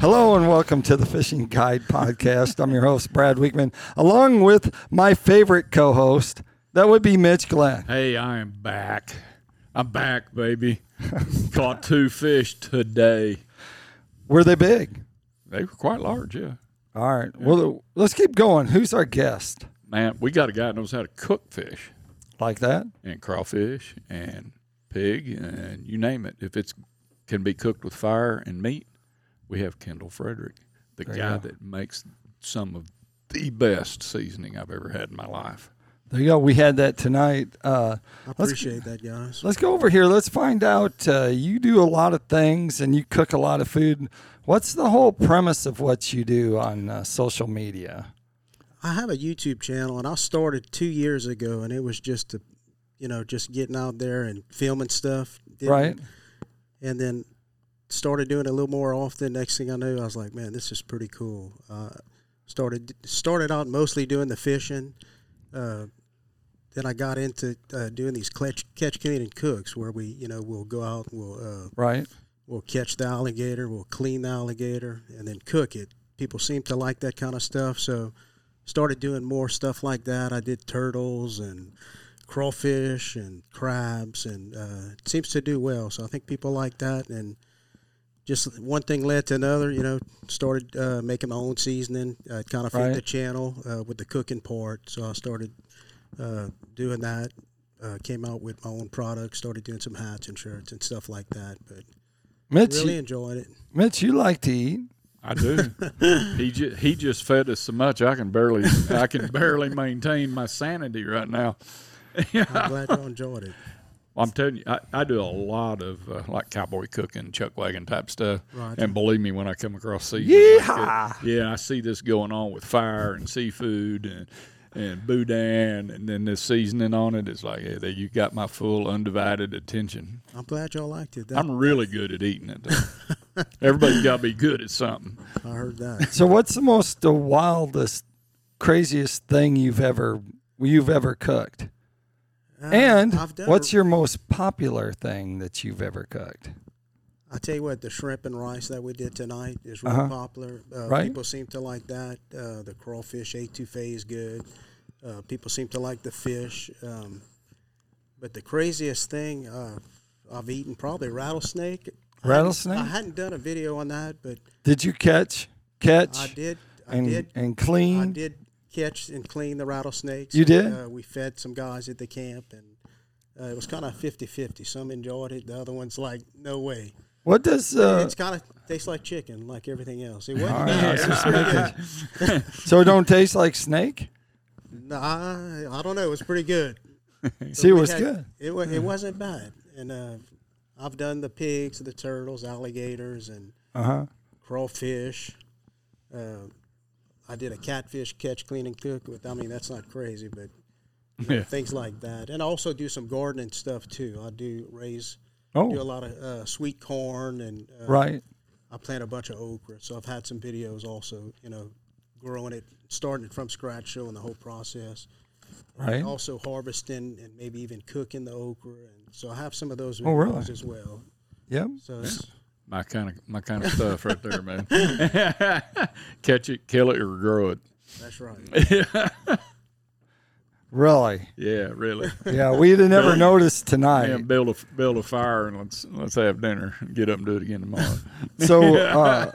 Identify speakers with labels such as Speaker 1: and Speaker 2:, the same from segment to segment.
Speaker 1: Hello and welcome to the Fishing Guide Podcast. I'm your host, Brad Weekman, along with my favorite co host, that would be Mitch Glenn.
Speaker 2: Hey, I am back. I'm back, baby. Caught two fish today.
Speaker 1: Were they big?
Speaker 2: They were quite large, yeah.
Speaker 1: All right. Well, let's keep going. Who's our guest?
Speaker 2: Man, we got a guy that knows how to cook fish
Speaker 1: Like that?
Speaker 2: and crawfish and pig and you name it. If it's can be cooked with fire and meat, we have Kendall Frederick, the guy that makes some of the best seasoning I've ever had in my life.
Speaker 1: There you go. We had that tonight. Uh,
Speaker 3: I
Speaker 1: let's
Speaker 3: appreciate that, guys.
Speaker 1: Let's go over here. Let's find out. Uh, you do a lot of things and you cook a lot of food. What's the whole premise of what you do on uh, social media?
Speaker 3: I have a YouTube channel, and I started two years ago, and it was just to, you know, just getting out there and filming stuff. Did-
Speaker 1: Right?
Speaker 3: And then started doing it a little more often. Next thing I knew, I was like, man, this is pretty cool. Uh, started started out mostly doing the fishing. Uh, then I got into uh, doing these catch, catch, clean, and cooks, where we, you know, we'll go out, and we'll uh,
Speaker 1: Right?
Speaker 3: we'll catch the alligator, we'll clean the alligator, and then cook it. People seem to like that kind of stuff, so started doing more stuff like that. I did turtles and crawfish and crabs, and uh, it seems to do well. So I think people like that, and just one thing led to another. You know, started uh, making my own seasoning. Uh, it kind of fit
Speaker 1: Right.
Speaker 3: the channel uh, with the cooking part, so I started uh, doing that. Uh, came out with my own products, started doing some hats and shirts and stuff like that. But
Speaker 1: Mitch,
Speaker 3: really
Speaker 1: you,
Speaker 3: enjoying it.
Speaker 1: Mitch, you like to eat.
Speaker 2: I do. he ju- he just fed us so much I can barely I can barely maintain my sanity right now.
Speaker 3: I'm glad y'all enjoyed it.
Speaker 2: Well, I'm telling you, I, I do a lot of uh, like cowboy cooking, chuck wagon type stuff.
Speaker 3: Right.
Speaker 2: And believe me, when I come across seafood,
Speaker 1: Yeehaw!
Speaker 2: yeah, I see this going on with fire and seafood and and boudin, and then this seasoning on it. It's like, yeah, there you got my full undivided attention.
Speaker 3: I'm glad y'all liked it. That,
Speaker 2: I'm really good at eating it. though. Everybody's got to be good at something.
Speaker 3: I heard that.
Speaker 1: So, what's the most the wildest, craziest thing you've ever you've ever cooked? And
Speaker 3: Uh, I've done-
Speaker 1: what's your most popular thing that you've ever cooked?
Speaker 3: I tell you what, the shrimp and rice that we did tonight is real
Speaker 1: Uh-huh.
Speaker 3: popular. Uh,
Speaker 1: Right.
Speaker 3: People seem to like that. Uh, the crawfish etouffee is good. Uh, people seem to like the fish. Um, but the craziest thing uh, I've eaten probably rattlesnake. I
Speaker 1: Rattlesnake?
Speaker 3: hadn't done a video on that, but
Speaker 1: Did you catch, catch,
Speaker 3: I did. I
Speaker 1: and
Speaker 3: did.
Speaker 1: and clean?
Speaker 3: I did catch and clean the rattlesnakes.
Speaker 1: You did?
Speaker 3: Uh, we fed some guys at the camp, and uh, it was kind of 50 50. Some enjoyed it, the other one's like, no way.
Speaker 1: What does uh,
Speaker 3: it's kind of tastes like chicken, like everything else. It wasn't
Speaker 1: All right,
Speaker 3: bad.
Speaker 1: I was just making- so it don't taste like snake?
Speaker 3: No, I, I don't know. It was pretty good.
Speaker 1: See, it
Speaker 3: We
Speaker 1: was
Speaker 3: had-
Speaker 1: good.
Speaker 3: It, wa- it wasn't bad. And uh, I've done the pigs, the turtles, alligators, and
Speaker 1: Uh huh.
Speaker 3: crawfish. Uh, I did a catfish catch, clean, and cook with. I mean, that's not crazy, but you know,
Speaker 2: Yeah.
Speaker 3: things like that. And I also do some gardening stuff too. I do raise, do a
Speaker 1: Oh,
Speaker 3: lot of uh, sweet corn, and uh,
Speaker 1: right.
Speaker 3: I plant a bunch of okra. So I've had some videos also. You know, growing it, starting it from scratch, showing the whole process.
Speaker 1: Right.
Speaker 3: Also harvesting and maybe even cooking the okra. And so I have some of those videos
Speaker 1: Oh, really?
Speaker 3: as well.
Speaker 1: Yep.
Speaker 3: So it's,
Speaker 2: My kind of my kind of stuff right there, man. Catch it, kill it, or grow it.
Speaker 3: that's right.
Speaker 1: Really.
Speaker 2: Yeah, really.
Speaker 1: Yeah, we'd have never noticed tonight.
Speaker 2: And build a build a fire and let's let's have dinner and get up and do it again tomorrow.
Speaker 1: So uh,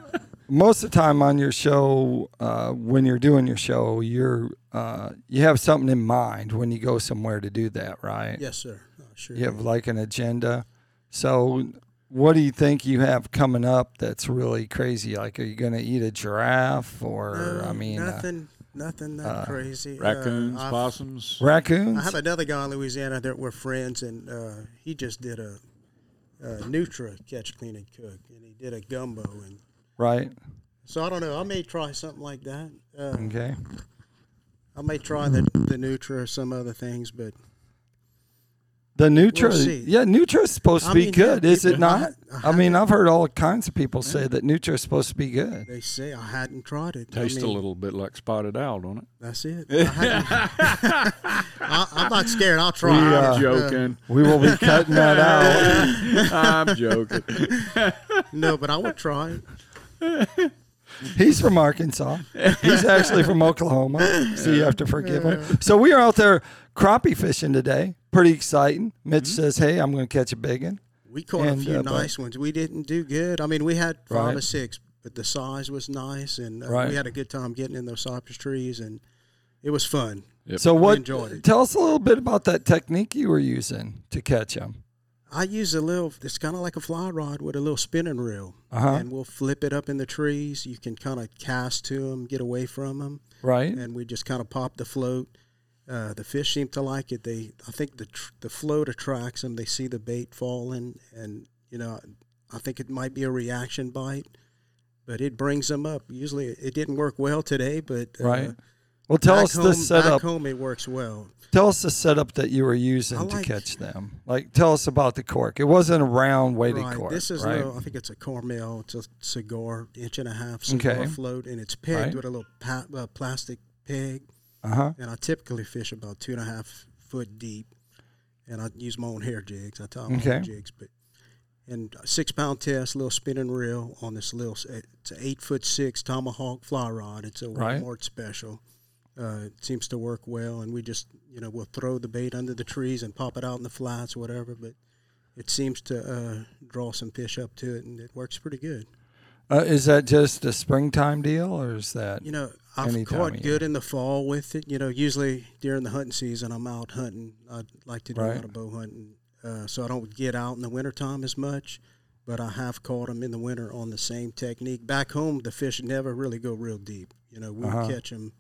Speaker 1: most of the time on your show, uh, when you're doing your show, you're uh, you have something in mind when you go somewhere to do that, right?
Speaker 3: Yes, sir. Oh, sure.
Speaker 1: You have like an agenda. So what do you think you have coming up that's really crazy? Like, are you going to eat a giraffe or
Speaker 3: No,
Speaker 1: I mean, uh,
Speaker 3: nothing, nothing that crazy. Uh,
Speaker 2: Raccoons,
Speaker 3: I've-
Speaker 2: possums.
Speaker 1: raccoons?
Speaker 3: I have another guy in Louisiana that we're friends, and uh, he just did a, a Nutra catch, clean, and cook, and he did a gumbo, and
Speaker 1: right.
Speaker 3: so I don't know. I may try something like that. Uh,
Speaker 1: Okay.
Speaker 3: I may try the the Nutra or some other things, but
Speaker 1: The Nutra,
Speaker 3: see.
Speaker 1: yeah, Nutra's supposed to
Speaker 3: I
Speaker 1: be
Speaker 3: mean, yeah,
Speaker 1: good, is it
Speaker 3: people-
Speaker 1: not?
Speaker 3: I-
Speaker 1: I mean, I've heard all kinds of people say that Nutra's supposed to be good.
Speaker 3: They say I hadn't tried it. I
Speaker 2: Tastes
Speaker 3: mean,
Speaker 2: a little bit like spotted owl, don't it?
Speaker 3: That's it. I hadn't- I, I'm not scared. I'll try.
Speaker 1: We,
Speaker 3: it.
Speaker 1: uh,
Speaker 2: I'm joking.
Speaker 1: We will be cutting that out.
Speaker 2: I'm joking.
Speaker 3: no, but I would try. it.
Speaker 1: He's from Arkansas. He's actually from Oklahoma, so you have to forgive him. So we are out there crappie fishing today. Pretty exciting. Mitch
Speaker 3: Mm-hmm.
Speaker 1: says, "Hey, I'm going to catch a big one."
Speaker 3: We caught
Speaker 1: And,
Speaker 3: a few
Speaker 1: uh, but-
Speaker 3: nice ones. We didn't do good. I mean, we had five
Speaker 1: Right.
Speaker 3: or six, but the size was nice, and uh,
Speaker 1: Right.
Speaker 3: we had a good time getting in those cypress trees, and it was fun.
Speaker 2: Yep.
Speaker 1: So what?
Speaker 3: enjoyed it.
Speaker 1: Tell us a little bit about that technique you were using to catch him.
Speaker 3: I use a little. It's kind of like a fly rod with a little spinning reel,
Speaker 1: Uh-huh.
Speaker 3: and we'll flip it up in the trees. You can kind of cast to them, get away from them,
Speaker 1: Right?
Speaker 3: and we just kind of pop the float. Uh, the fish seem to like it. They, I think the tr- the float attracts them. They see the bait falling, and you know, I think it might be a reaction bite, but it brings them up. Usually, it didn't work well today, but uh,
Speaker 1: Right. Well, tell
Speaker 3: back
Speaker 1: us
Speaker 3: home-
Speaker 1: the setup.
Speaker 3: Back home, it works well.
Speaker 1: Tell us the setup that you were using
Speaker 3: I
Speaker 1: to
Speaker 3: like-
Speaker 1: catch them. Like, tell us about the cork. It wasn't a round weighted
Speaker 3: right.
Speaker 1: cork.
Speaker 3: This is
Speaker 1: right?
Speaker 3: no, I think it's a Cormel. It's a cigar, inch and a half cigar
Speaker 1: Okay.
Speaker 3: float, and it's pegged
Speaker 1: Right.
Speaker 3: with a little pa- uh, plastic peg.
Speaker 1: Uh huh.
Speaker 3: And I typically fish about two and a half foot deep, and I use my own hair jigs. I tie my
Speaker 1: Okay.
Speaker 3: own jigs, but and a six pound test, little spinning reel on this little. s- eh, It's an eight foot six tomahawk fly rod. It's a
Speaker 1: Right.
Speaker 3: Walmart special. Uh, it seems to work well, and we just you know we'll throw the bait under the trees and pop it out in the flats, whatever. But it seems to uh, draw some fish up to it, and it works pretty good.
Speaker 1: Uh, is that just a springtime deal, or is that
Speaker 3: You know, I've
Speaker 1: Any time
Speaker 3: caught
Speaker 1: of
Speaker 3: good in the fall with it. You know, usually during the hunting season, I'm out hunting. I like to do a
Speaker 1: Right.
Speaker 3: lot of bow hunting, uh, so I don't get out in the wintertime as much. But I have caught them in the winter on the same technique. Back home, the fish never really go real deep. You know, we would
Speaker 1: Uh-huh.
Speaker 3: catch them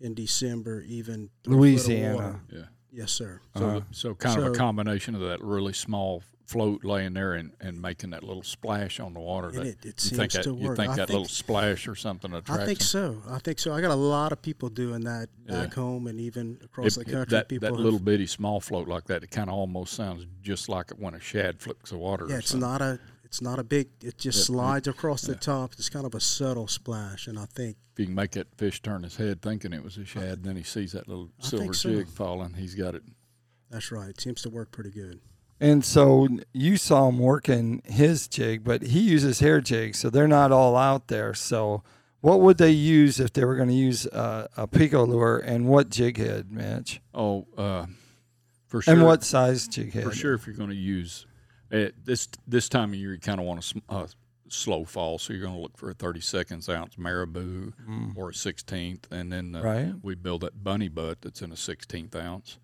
Speaker 3: in December, even three foot of
Speaker 1: Louisiana?
Speaker 3: water.
Speaker 2: Yeah. Uh-huh.
Speaker 3: Yes, sir.
Speaker 2: So, the- so kind of a
Speaker 3: So-
Speaker 2: combination of that really small float laying there and, and making that little splash on the water.
Speaker 3: And
Speaker 2: that
Speaker 3: it- it
Speaker 2: you think
Speaker 3: seems
Speaker 2: that,
Speaker 3: to
Speaker 2: You
Speaker 3: work.
Speaker 2: think
Speaker 3: I
Speaker 2: that
Speaker 3: think-
Speaker 2: little splash or something attracts
Speaker 3: I think
Speaker 2: them?
Speaker 3: so. I think so. I got a lot of people doing that
Speaker 2: Yeah.
Speaker 3: back home and even across
Speaker 2: It-
Speaker 3: the
Speaker 2: it-
Speaker 3: country.
Speaker 2: that,
Speaker 3: people
Speaker 2: that
Speaker 3: have-
Speaker 2: little bitty small float like that, it kind of almost sounds just like when a shad flips the water.
Speaker 3: Yeah,
Speaker 2: or
Speaker 3: it's
Speaker 2: something.
Speaker 3: not a it's not a big. It just slides across the top. It's kind of a subtle splash, and I think
Speaker 2: If you can make that fish turn his head thinking it was a shad, and then he sees that little
Speaker 3: think
Speaker 2: silver
Speaker 3: so.
Speaker 2: jig falling, he's got it.
Speaker 3: that's right. It seems to work pretty good.
Speaker 1: And so you saw him working his jig, but he uses hair jigs, so they're not all out there. So what would they use if they were going to use uh, a pico lure, and what jig head, Mitch?
Speaker 2: Oh, uh, for sure.
Speaker 1: And what size jig head?
Speaker 2: for sure if you're going to use at this this time of year you kind of want a sm- a slow fall so you're going to look for a 30 seconds ounce marabou
Speaker 3: Mm.
Speaker 2: or a 16th and then uh,
Speaker 1: Right.
Speaker 2: we build that bunny butt that's in a 16th ounce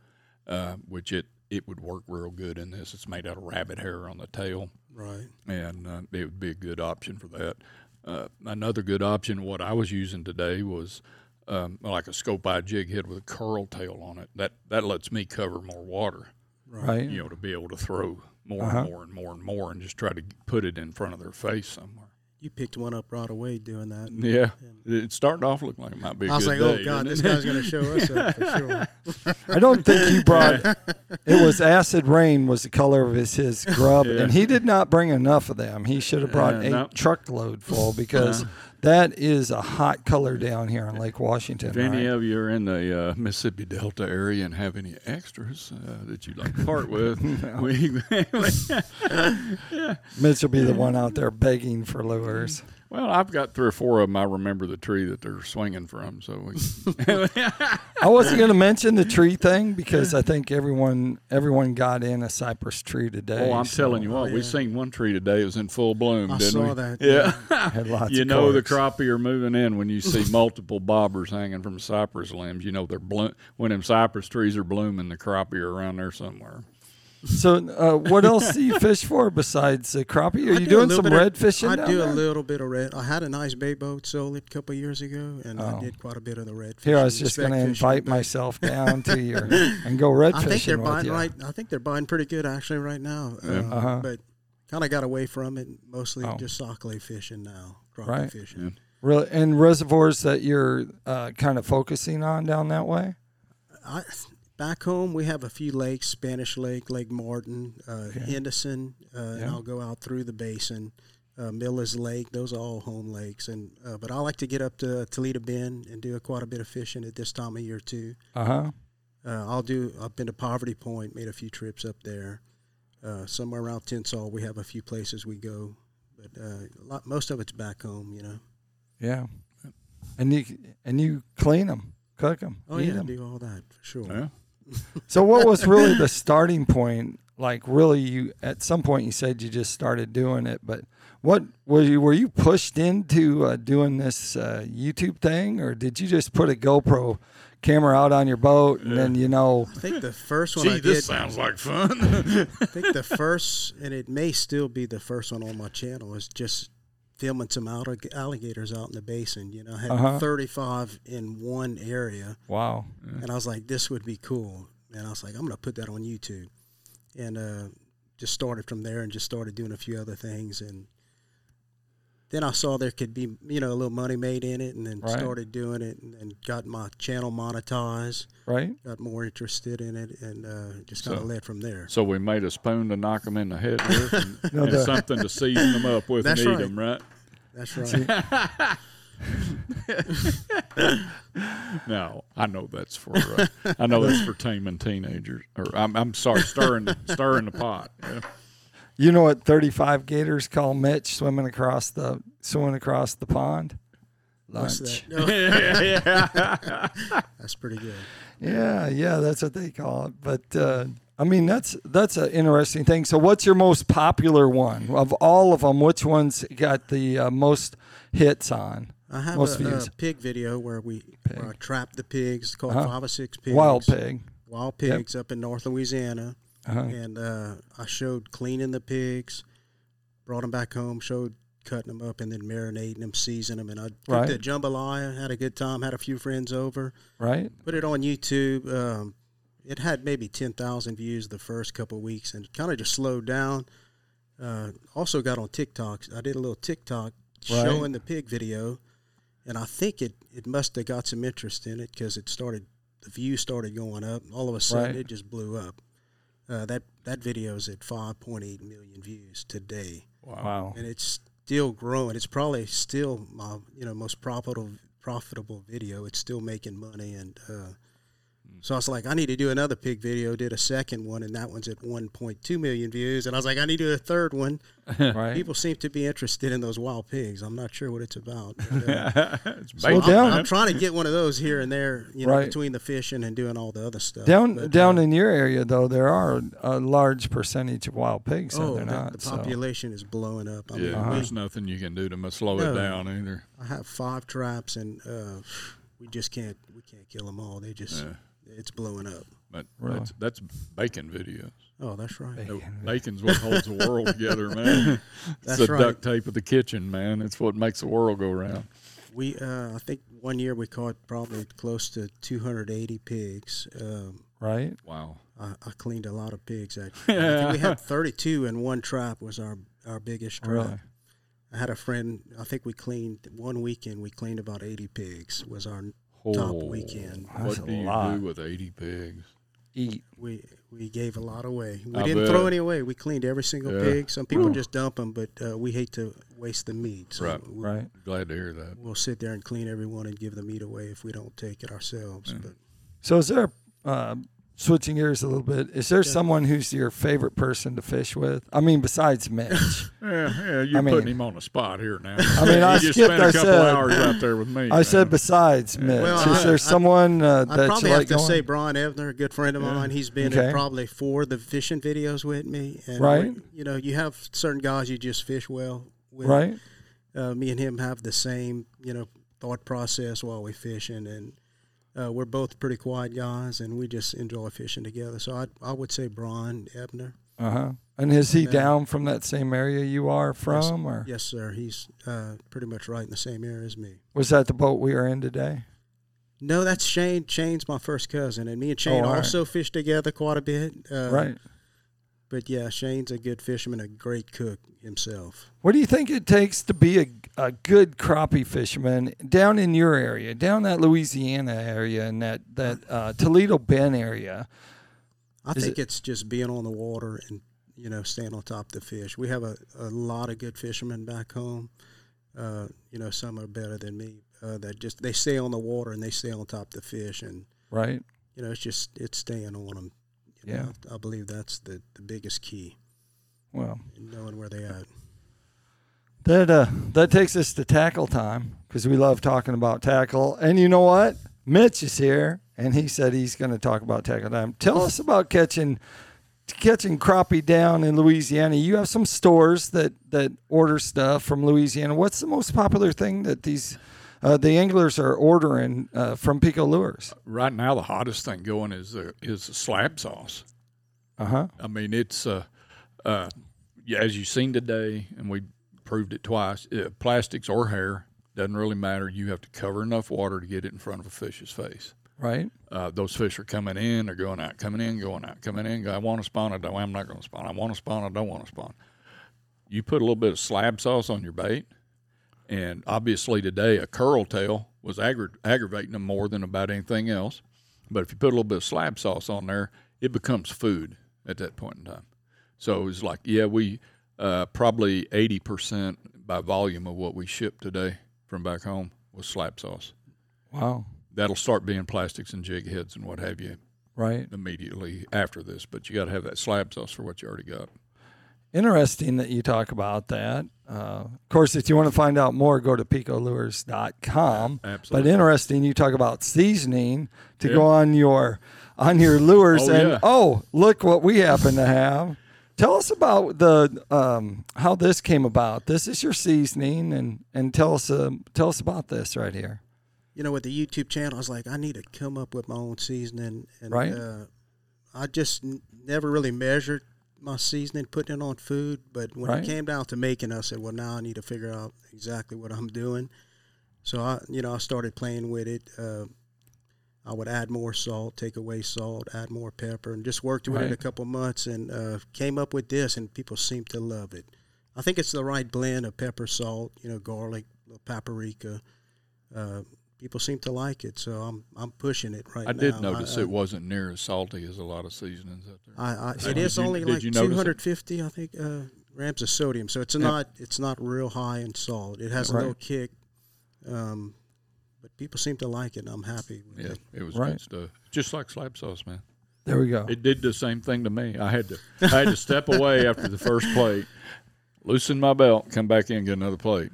Speaker 2: uh, which it it would work real good in this it's made out of rabbit hair on the tail
Speaker 3: Right.
Speaker 2: and uh, it would be a good option for that. Uh, another good option, what I was using today was um, like a scope eye jig head with a curl tail on it. That that lets me cover more water,
Speaker 1: Right.
Speaker 2: You know, to be able to throw more
Speaker 1: Uh-huh.
Speaker 2: and more and more and more, and just try to put it in front of their face somewhere.
Speaker 3: You picked one up right away doing that.
Speaker 2: Yeah, it started off looking like it might be. a
Speaker 3: I was
Speaker 2: good
Speaker 3: like, oh
Speaker 2: day,
Speaker 3: god,
Speaker 2: didn't
Speaker 3: this
Speaker 2: it?
Speaker 3: guy's gonna show us up for sure.
Speaker 1: I don't think he brought. it was acid rain was the color of his his grub,
Speaker 2: Yeah.
Speaker 1: and he did not bring enough of them. He should have brought
Speaker 2: Uh,
Speaker 1: a
Speaker 2: no. Uh-huh.
Speaker 1: truckload full because that is a hot color down here on Lake Washington.
Speaker 2: If any
Speaker 1: right?
Speaker 2: of you are in the uh, Mississippi Delta area and have any extras uh, that you'd like to part with, we,
Speaker 1: Mitch will be the one out there begging for lures.
Speaker 2: Well, I've got three or four of them. I remember the tree that they're swinging from. So we,
Speaker 1: I wasn't going to mention the tree thing because I think everyone everyone got in a cypress tree today.
Speaker 2: oh, I'm
Speaker 1: so
Speaker 2: telling you what, we
Speaker 3: yeah.
Speaker 2: seen one tree today. It was in full bloom.
Speaker 3: I
Speaker 2: didn't
Speaker 3: saw
Speaker 2: we?
Speaker 3: that,
Speaker 2: Yeah,
Speaker 1: I had lots
Speaker 2: you
Speaker 1: of
Speaker 2: know the
Speaker 1: corks.
Speaker 2: crappie are moving in when you see multiple bobbers hanging from cypress limbs. You know they're bloom when them cypress trees are blooming. The crappie are around there somewhere.
Speaker 1: So, uh, what else do you fish for besides the crappie? Are you
Speaker 3: I do a
Speaker 1: doing
Speaker 3: little
Speaker 1: some
Speaker 3: bit of-
Speaker 1: red fishing?
Speaker 3: I
Speaker 1: down
Speaker 3: do a
Speaker 1: there?
Speaker 3: little bit of red. I had a nice bay boat sold it a couple of years ago, and
Speaker 1: Oh.
Speaker 3: I did quite a bit of the red.
Speaker 1: Here, I was
Speaker 3: fishing,
Speaker 1: just
Speaker 3: speck
Speaker 1: going to
Speaker 3: fishing,
Speaker 1: invite
Speaker 3: but
Speaker 1: myself down to your and go red
Speaker 3: I
Speaker 1: fishing
Speaker 3: think they're
Speaker 1: with
Speaker 3: buying
Speaker 1: you.
Speaker 3: right. I think they're buying pretty good actually right now. Uh,
Speaker 1: Uh-huh.
Speaker 3: But kind of got away from it. Mostly
Speaker 1: Oh.
Speaker 3: just sock lay fishing now, crappie
Speaker 1: Right.
Speaker 3: fishing.
Speaker 1: Really, and reservoirs that you're uh, kind of focusing on down that way.
Speaker 3: I Back home, we have a few lakes: Spanish Lake, Lake Martin, uh,
Speaker 1: Okay.
Speaker 3: Henderson, uh, and
Speaker 1: Yeah.
Speaker 3: I'll go out through the basin. Uh, Miller's Lake; those are all home lakes. And uh, but I like to get up to Toledo Bend and do quite a bit of fishing at this time of year too.
Speaker 1: Uh huh.
Speaker 3: Uh, I'll do. I've been to Poverty Point, made a few trips up there. Uh, somewhere around Tinsall, we have a few places we go, but uh, a lot, most of it's back home, you know.
Speaker 1: Yeah. And you and you clean them, cook them,
Speaker 3: Oh yeah, do all that for sure.
Speaker 2: Yeah.
Speaker 1: So what was really the starting point? Like really, you at some point you said you just started doing it, but what were you were you pushed into uh, doing this uh, YouTube thing, or did you just put a GoPro camera out on your boat and then you know?
Speaker 3: I think the first one I
Speaker 2: Gee,
Speaker 3: did.
Speaker 2: this sounds like fun.
Speaker 3: I think the first, and it may still be the first one on my channel, is just filming some allig- alligators out in the basin. You know, I had
Speaker 1: Uh-huh.
Speaker 3: 35 in one area,
Speaker 1: Wow.
Speaker 3: and I was like, this would be cool. And I was like, I'm going to put that on YouTube. And uh, just started from there and just started doing a few other things. And then I saw there could be, you know, a little money made in it, and then
Speaker 1: Right.
Speaker 3: started doing it and, and got my channel monetized,
Speaker 1: Right.
Speaker 3: got more interested in it, and uh, just kind of
Speaker 2: So-
Speaker 3: led from there.
Speaker 2: so we made a spoon to knock them in the head with and,
Speaker 1: No,
Speaker 2: and
Speaker 1: the-
Speaker 2: something to season them up with
Speaker 3: That's
Speaker 2: and eat
Speaker 3: right.
Speaker 2: them, right?
Speaker 3: That's right.
Speaker 2: No, I know that's for uh, I know that's for taming teenagers. Or I'm, I'm sorry, stirring stirring the pot. Yeah.
Speaker 1: You know what thirty-five gators call Mitch swimming across the swimming across the pond?
Speaker 3: What's
Speaker 1: Lunch.
Speaker 3: that? No. That's pretty good.
Speaker 1: Yeah, yeah, that's what they call it. But uh, I mean, that's that's an interesting thing. So, what's your most popular one of all of them? Which one's got the uh, most hits on?
Speaker 3: I have
Speaker 1: Most
Speaker 3: a, uh
Speaker 1: views.
Speaker 3: pig video where we where I trap the pigs. It's called
Speaker 1: Uh-huh.
Speaker 3: five or six pigs.
Speaker 1: Wild pig.
Speaker 3: Wild pigs up in North Louisiana,
Speaker 1: Uh-huh.
Speaker 3: and uh, I showed cleaning the pigs, brought them back home, showed cutting them up, and then marinating them, seasoning them, and I cooked
Speaker 1: Right.
Speaker 3: a jambalaya. Had a good time. Had a few friends over.
Speaker 1: Right.
Speaker 3: Put it on YouTube. Um, it had maybe ten thousand views the first couple weeks, and kind of just slowed down. Uh, also got on TikTok. I did a little TikTok
Speaker 1: Right.
Speaker 3: showing the pig video, and I think it it must have got some interest in it because it started the views started going up. All of a sudden,
Speaker 1: Right.
Speaker 3: it just blew up. Uh, that that video is at five point eight million views today,
Speaker 1: Wow.
Speaker 3: and it's still growing. It's probably still my you know most profitable profitable video. It's still making money, and uh, so I was like, I need to do another pig video. Did a second one, and that one's at one point two million views. And I was like, I need to do a third one.
Speaker 1: Right.
Speaker 3: People seem to be interested in those wild pigs. I'm not sure what it's about. but, uh,
Speaker 2: it's
Speaker 1: Slow
Speaker 2: bacon.
Speaker 1: down.
Speaker 3: I'm, I'm trying to get one of those here and there, you know,
Speaker 1: Right.
Speaker 3: between the fishing and doing all the other stuff.
Speaker 1: Down
Speaker 3: But,
Speaker 1: down in your area though, there are a large percentage of wild pigs.
Speaker 3: oh,
Speaker 1: Oh, they're
Speaker 3: the,
Speaker 1: not.
Speaker 3: the
Speaker 1: so.
Speaker 3: population is blowing up. I, mean,
Speaker 2: Yeah,
Speaker 1: Uh-huh.
Speaker 3: we-
Speaker 2: there's nothing you can do to slow it
Speaker 3: No.
Speaker 2: down either.
Speaker 3: I have five traps, and uh, we just can't we can't kill them all. They just
Speaker 2: Yeah.
Speaker 3: it's blowing up.
Speaker 2: But
Speaker 1: Really.
Speaker 2: that's that's bacon videos.
Speaker 3: Oh, that's right.
Speaker 2: No,
Speaker 1: Bacon.
Speaker 2: bacon's what holds the world together, man.
Speaker 3: That's
Speaker 2: it's the
Speaker 3: right.
Speaker 2: duct tape of the kitchen, man. It's what makes the world go round.
Speaker 3: We uh, I think one year we caught probably close to 280 pigs. Um,
Speaker 1: Right.
Speaker 2: Wow.
Speaker 3: I, I cleaned a lot of pigs. Actually, I think we had 32, and one trap was our our biggest trap.
Speaker 1: Really.
Speaker 3: I had a friend. I think we cleaned one weekend. We cleaned about eighty pigs. Was our top
Speaker 2: Oh,
Speaker 3: weekend.
Speaker 1: That's
Speaker 2: What
Speaker 1: a
Speaker 2: do you
Speaker 1: lot.
Speaker 2: do with 80 pigs?
Speaker 1: Eat.
Speaker 3: We we gave a lot away. We
Speaker 2: I
Speaker 3: didn't throw
Speaker 2: bet.
Speaker 3: any away. We cleaned every single
Speaker 2: Yeah.
Speaker 3: pig. Some people
Speaker 2: Whew.
Speaker 3: just dump them, but uh, we hate to waste the meat. So
Speaker 2: Right.
Speaker 3: we,
Speaker 1: Right.
Speaker 2: Glad to hear that.
Speaker 3: We'll sit there and clean everyone and give the meat away if we don't take it ourselves. But
Speaker 1: So is there uh, switching gears a little bit? Is there someone who's your favorite person to fish with? I mean, besides Mitch.
Speaker 2: Yeah, yeah, you're
Speaker 1: I mean-
Speaker 2: putting him on the spot here now.
Speaker 1: I mean, I
Speaker 2: you just
Speaker 1: skipped,
Speaker 2: spent a
Speaker 1: I
Speaker 2: couple
Speaker 1: said-
Speaker 2: hours out there with me.
Speaker 1: I said
Speaker 2: man.
Speaker 1: besides Mitch.
Speaker 3: Well,
Speaker 1: is
Speaker 3: I-
Speaker 1: there
Speaker 3: I-
Speaker 1: someone uh,
Speaker 3: I
Speaker 1: that you
Speaker 3: probably have
Speaker 1: like
Speaker 3: to
Speaker 1: going?
Speaker 3: say Brian Evner, a good friend of mine. He's been
Speaker 1: Okay.
Speaker 3: at probably four of the fishing videos with me. And
Speaker 1: Right.
Speaker 3: You know, you have certain guys you just fish well with.
Speaker 1: right?
Speaker 3: uh, me and him have the same you know thought process while we fishing and uh, we're both pretty quiet guys and we just enjoy fishing together so i, I would say Brian Ebner
Speaker 1: Uh huh. And is he down from that same area you are from, or
Speaker 3: yes sir he's uh, pretty much right in the same area as me
Speaker 1: was that the boat we are in today?
Speaker 3: no that's Shane Shane's my first cousin and me and Shane
Speaker 1: Oh, all right.
Speaker 3: also fish together quite a bit uh,
Speaker 1: right.
Speaker 3: But yeah, Shane's a good fisherman, a great cook himself.
Speaker 1: What do you think it takes to be a, a good crappie fisherman down in your area, down that Louisiana area and that, that uh, Toledo Bend area?
Speaker 3: I
Speaker 1: Is
Speaker 3: think it's just being on the water and you know staying on top of the fish. We have a, a lot of good fishermen back home. Uh, you know, some are better than me. Uh, that just they stay on the water and they stay on top of the fish, and
Speaker 1: Right.
Speaker 3: you know it's just it's staying on them. You
Speaker 1: Yeah.
Speaker 3: know, I believe that's the, the biggest key,
Speaker 1: Well,
Speaker 3: knowing where they at.
Speaker 1: that uh, that takes us to tackle time because we love talking about tackle. And you know what? Mitch is here, and he said he's going to talk about tackle time. Tell us about catching catching crappie down in Louisiana. You have some stores that that order stuff from Louisiana. What's the most popular thing that these uh, the anglers are ordering uh, from Pico Lures?
Speaker 2: Right now, the hottest thing going is the, is the slab sauce.
Speaker 1: Uh huh.
Speaker 2: I mean, it's uh, uh, yeah, as you've seen today, and we proved it twice. Uh, plastics or hair doesn't really matter. You have to cover enough water to get it in front of a fish's face.
Speaker 1: Right.
Speaker 2: Uh, those fish are coming in, they're going out, coming in, going out, coming in. I want to spawn, I don't. I'm not going to spawn. I want to spawn, I don't want to spawn. You put a little bit of slab sauce on your bait, and obviously today a curl tail was aggra- aggravating them more than about anything else. But if you put a little bit of slab sauce on there, it becomes food at that point in time. So it was like, yeah, we uh, probably 80% by volume of what we shipped today from back home was slab sauce.
Speaker 1: Wow.
Speaker 2: That'll start being plastics and jig heads and what have you
Speaker 1: Right.
Speaker 2: immediately after this, but you got to have that slab sauce for what you already got.
Speaker 1: Interesting that you talk about that. Uh, of course, if you want to find out more, go to picolures.com.
Speaker 2: Absolutely.
Speaker 1: But interesting, you talk about seasoning to
Speaker 2: Yeah.
Speaker 1: go on your on your lures,
Speaker 2: Oh,
Speaker 1: and
Speaker 2: yeah.
Speaker 1: oh, look what we happen to have. Tell us about the um, how this came about. This is your seasoning, and and tell us uh, tell us about this right here.
Speaker 3: you know, with the YouTube channel, I was like, I need to come up with my own seasoning, and
Speaker 1: Right.
Speaker 3: uh, I just n- never really measured my seasoning, putting it on food. But when
Speaker 1: Right.
Speaker 3: it came down to making, I said, well, now I need to figure out exactly what I'm doing. So I, you know, I started playing with it. Uh, I would add more salt, take away salt, add more pepper, and just worked with
Speaker 1: Right.
Speaker 3: it a couple months, and uh, came up with this, and people seem to love it. I think it's the right blend of pepper, salt, you know, garlic, little paprika. Uh, people seem to like it, so I'm I'm pushing it right
Speaker 2: I
Speaker 3: now.
Speaker 2: did notice
Speaker 3: I,
Speaker 2: it wasn't near as salty as a lot of seasonings out there.
Speaker 3: I, I,
Speaker 2: Did
Speaker 3: it is
Speaker 2: you-
Speaker 3: only
Speaker 2: did
Speaker 3: like
Speaker 2: you notice it?
Speaker 3: 250, I think, uh, grams of sodium. So it's not it's not real high in salt. It has
Speaker 1: Right.
Speaker 3: a little kick, um, but people seem to like it. and I'm happy. With
Speaker 2: Yeah,
Speaker 3: it.
Speaker 2: it was
Speaker 1: Right.
Speaker 2: good stuff. Just like slab sauce, man.
Speaker 1: There we go.
Speaker 2: It did the same thing to me. I had to I had to step away after the first plate, loosen my belt, come back in, get another plate.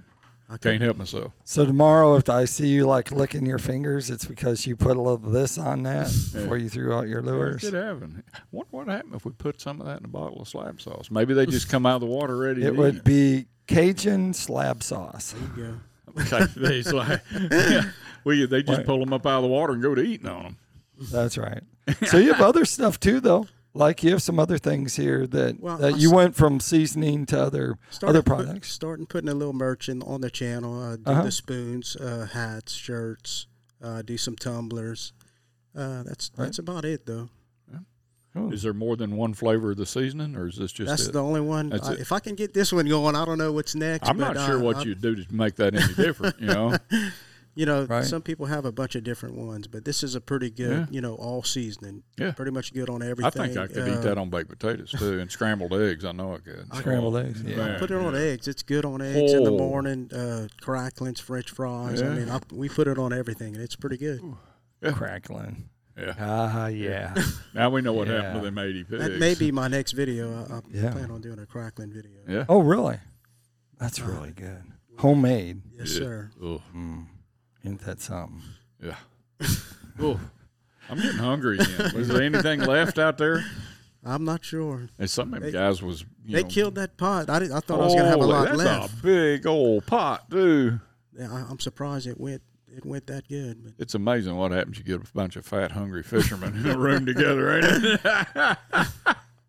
Speaker 2: I can't help myself.
Speaker 1: So tomorrow, if I see you like licking your fingers, it's because you put a little of this on that before you threw out your lures.
Speaker 2: Good heaven. What would happen if we put some of that in a bottle of slab sauce? Maybe they just come out of the water ready.
Speaker 1: It
Speaker 2: to
Speaker 1: would
Speaker 2: eat.
Speaker 1: be Cajun slab sauce.
Speaker 3: There you go.
Speaker 2: Okay, they- it's like, yeah, we, they just pull them up out of the water and go to eating on them.
Speaker 1: That's right. So you have other stuff too, though. Like you have some other things here that,
Speaker 3: Well, I
Speaker 1: that you
Speaker 3: s-
Speaker 1: went from seasoning to other other
Speaker 3: put-
Speaker 1: products.
Speaker 3: starting putting a little merch in, on the channel. Uh, do
Speaker 1: Uh-huh.
Speaker 3: the spoons, uh, hats, shirts. Uh, do some tumblers. Uh, that's
Speaker 1: Right.
Speaker 3: that's about it though.
Speaker 1: Cool.
Speaker 2: Is there more than one flavor of the seasoning, or is this just?
Speaker 3: That's
Speaker 2: it?
Speaker 3: the only one.
Speaker 2: That's
Speaker 3: I-
Speaker 2: it.
Speaker 3: if I can get this one going, I don't know what's next.
Speaker 2: I'm
Speaker 3: but uh,
Speaker 2: not sure
Speaker 3: I-
Speaker 2: what
Speaker 3: I-
Speaker 2: you do to make that any different. You know,
Speaker 3: You know,
Speaker 1: Right.
Speaker 3: some people have a bunch of different ones, but this is a pretty good.
Speaker 2: Yeah.
Speaker 3: You know, all seasoning.
Speaker 2: Yeah.
Speaker 3: Pretty much good on everything.
Speaker 2: I think I could eat
Speaker 3: Uh,
Speaker 2: that on baked potatoes too, and scrambled eggs. I know I could.
Speaker 1: Scrambled eggs. Yeah.
Speaker 2: Man.
Speaker 3: Um, Put it on eggs. It's good on eggs in the
Speaker 2: Oh.
Speaker 3: morning. Uh, cracklings, French fries.
Speaker 2: Yeah.
Speaker 3: I mean, I, we put it on everything, and it's pretty good.
Speaker 1: Crackling.
Speaker 2: Yeah.
Speaker 1: Ah, yeah.
Speaker 2: Now we know what
Speaker 1: Yeah.
Speaker 2: happened to them eighty pigs.
Speaker 3: That may be my next video. I, I
Speaker 1: Yeah.
Speaker 3: plan on doing a crackling video.
Speaker 2: Yeah.
Speaker 1: oh, really? That's really good. Homemade. Mm.
Speaker 3: Yes,
Speaker 2: Yeah.
Speaker 3: sir.
Speaker 2: Oh.
Speaker 1: Ain't that something?
Speaker 2: Yeah. oh. I'm getting hungry again. Was there anything left out there?
Speaker 3: I'm not sure.
Speaker 2: And some of them
Speaker 3: They-
Speaker 2: guys was. You
Speaker 3: They
Speaker 2: know,
Speaker 3: killed that pot. I, did, I thought I was going to have a
Speaker 2: holy,
Speaker 3: lot
Speaker 2: that's
Speaker 3: left.
Speaker 2: a big old pot, dude.
Speaker 3: Yeah, I, I'm surprised it went it went that good. But
Speaker 2: It's amazing what happens. You get a bunch of fat, hungry fishermen in a room together, ain't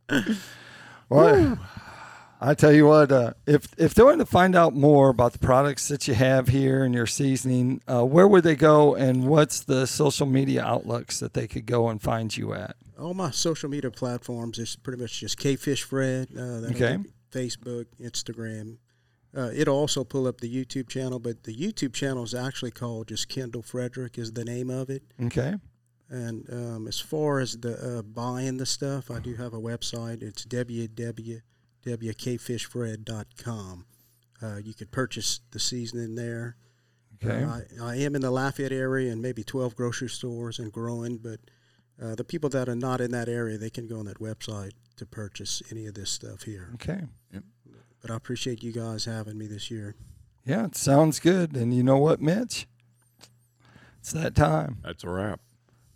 Speaker 2: it?
Speaker 1: Well, I tell you what, uh, if if they wanted to find out more about the products that you have here and your seasoning, uh, where would they go, and what's the social media outlooks that they could go and find you at?
Speaker 3: all my social media platforms is pretty much just Kfish Fred. Uh, that'll
Speaker 1: Okay.
Speaker 3: be Facebook, Instagram. Uh, it'll also pull up the YouTube channel, but the YouTube channel is actually called just Kendall Frederick is the name of it.
Speaker 1: Okay.
Speaker 3: And um, as far as the uh, buying the stuff, I do have a website. It's www.kfishfred.com. Uh, you could purchase the seasoning there.
Speaker 1: Okay.
Speaker 3: Uh, I, I am in the Lafayette area and maybe 12 grocery stores and growing, but uh, the people that are not in that area, they can go on that website to purchase any of this stuff here.
Speaker 1: Okay.
Speaker 3: But I appreciate you guys having me this year.
Speaker 1: Yeah, it sounds good. And you know what, Mitch? It's that time.
Speaker 2: That's a wrap.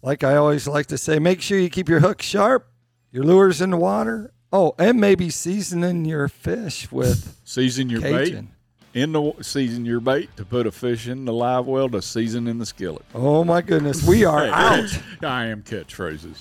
Speaker 1: Like I always like to say, make sure you keep your hook sharp, your lures in the water. Oh, and maybe seasoning your fish with
Speaker 2: Season your
Speaker 1: Cajun.
Speaker 2: bait in the wa- season your bait to put a fish in the live well to season in the skillet.
Speaker 1: Oh my goodness, we are
Speaker 2: Hey,
Speaker 1: out.
Speaker 2: I am catchphrases.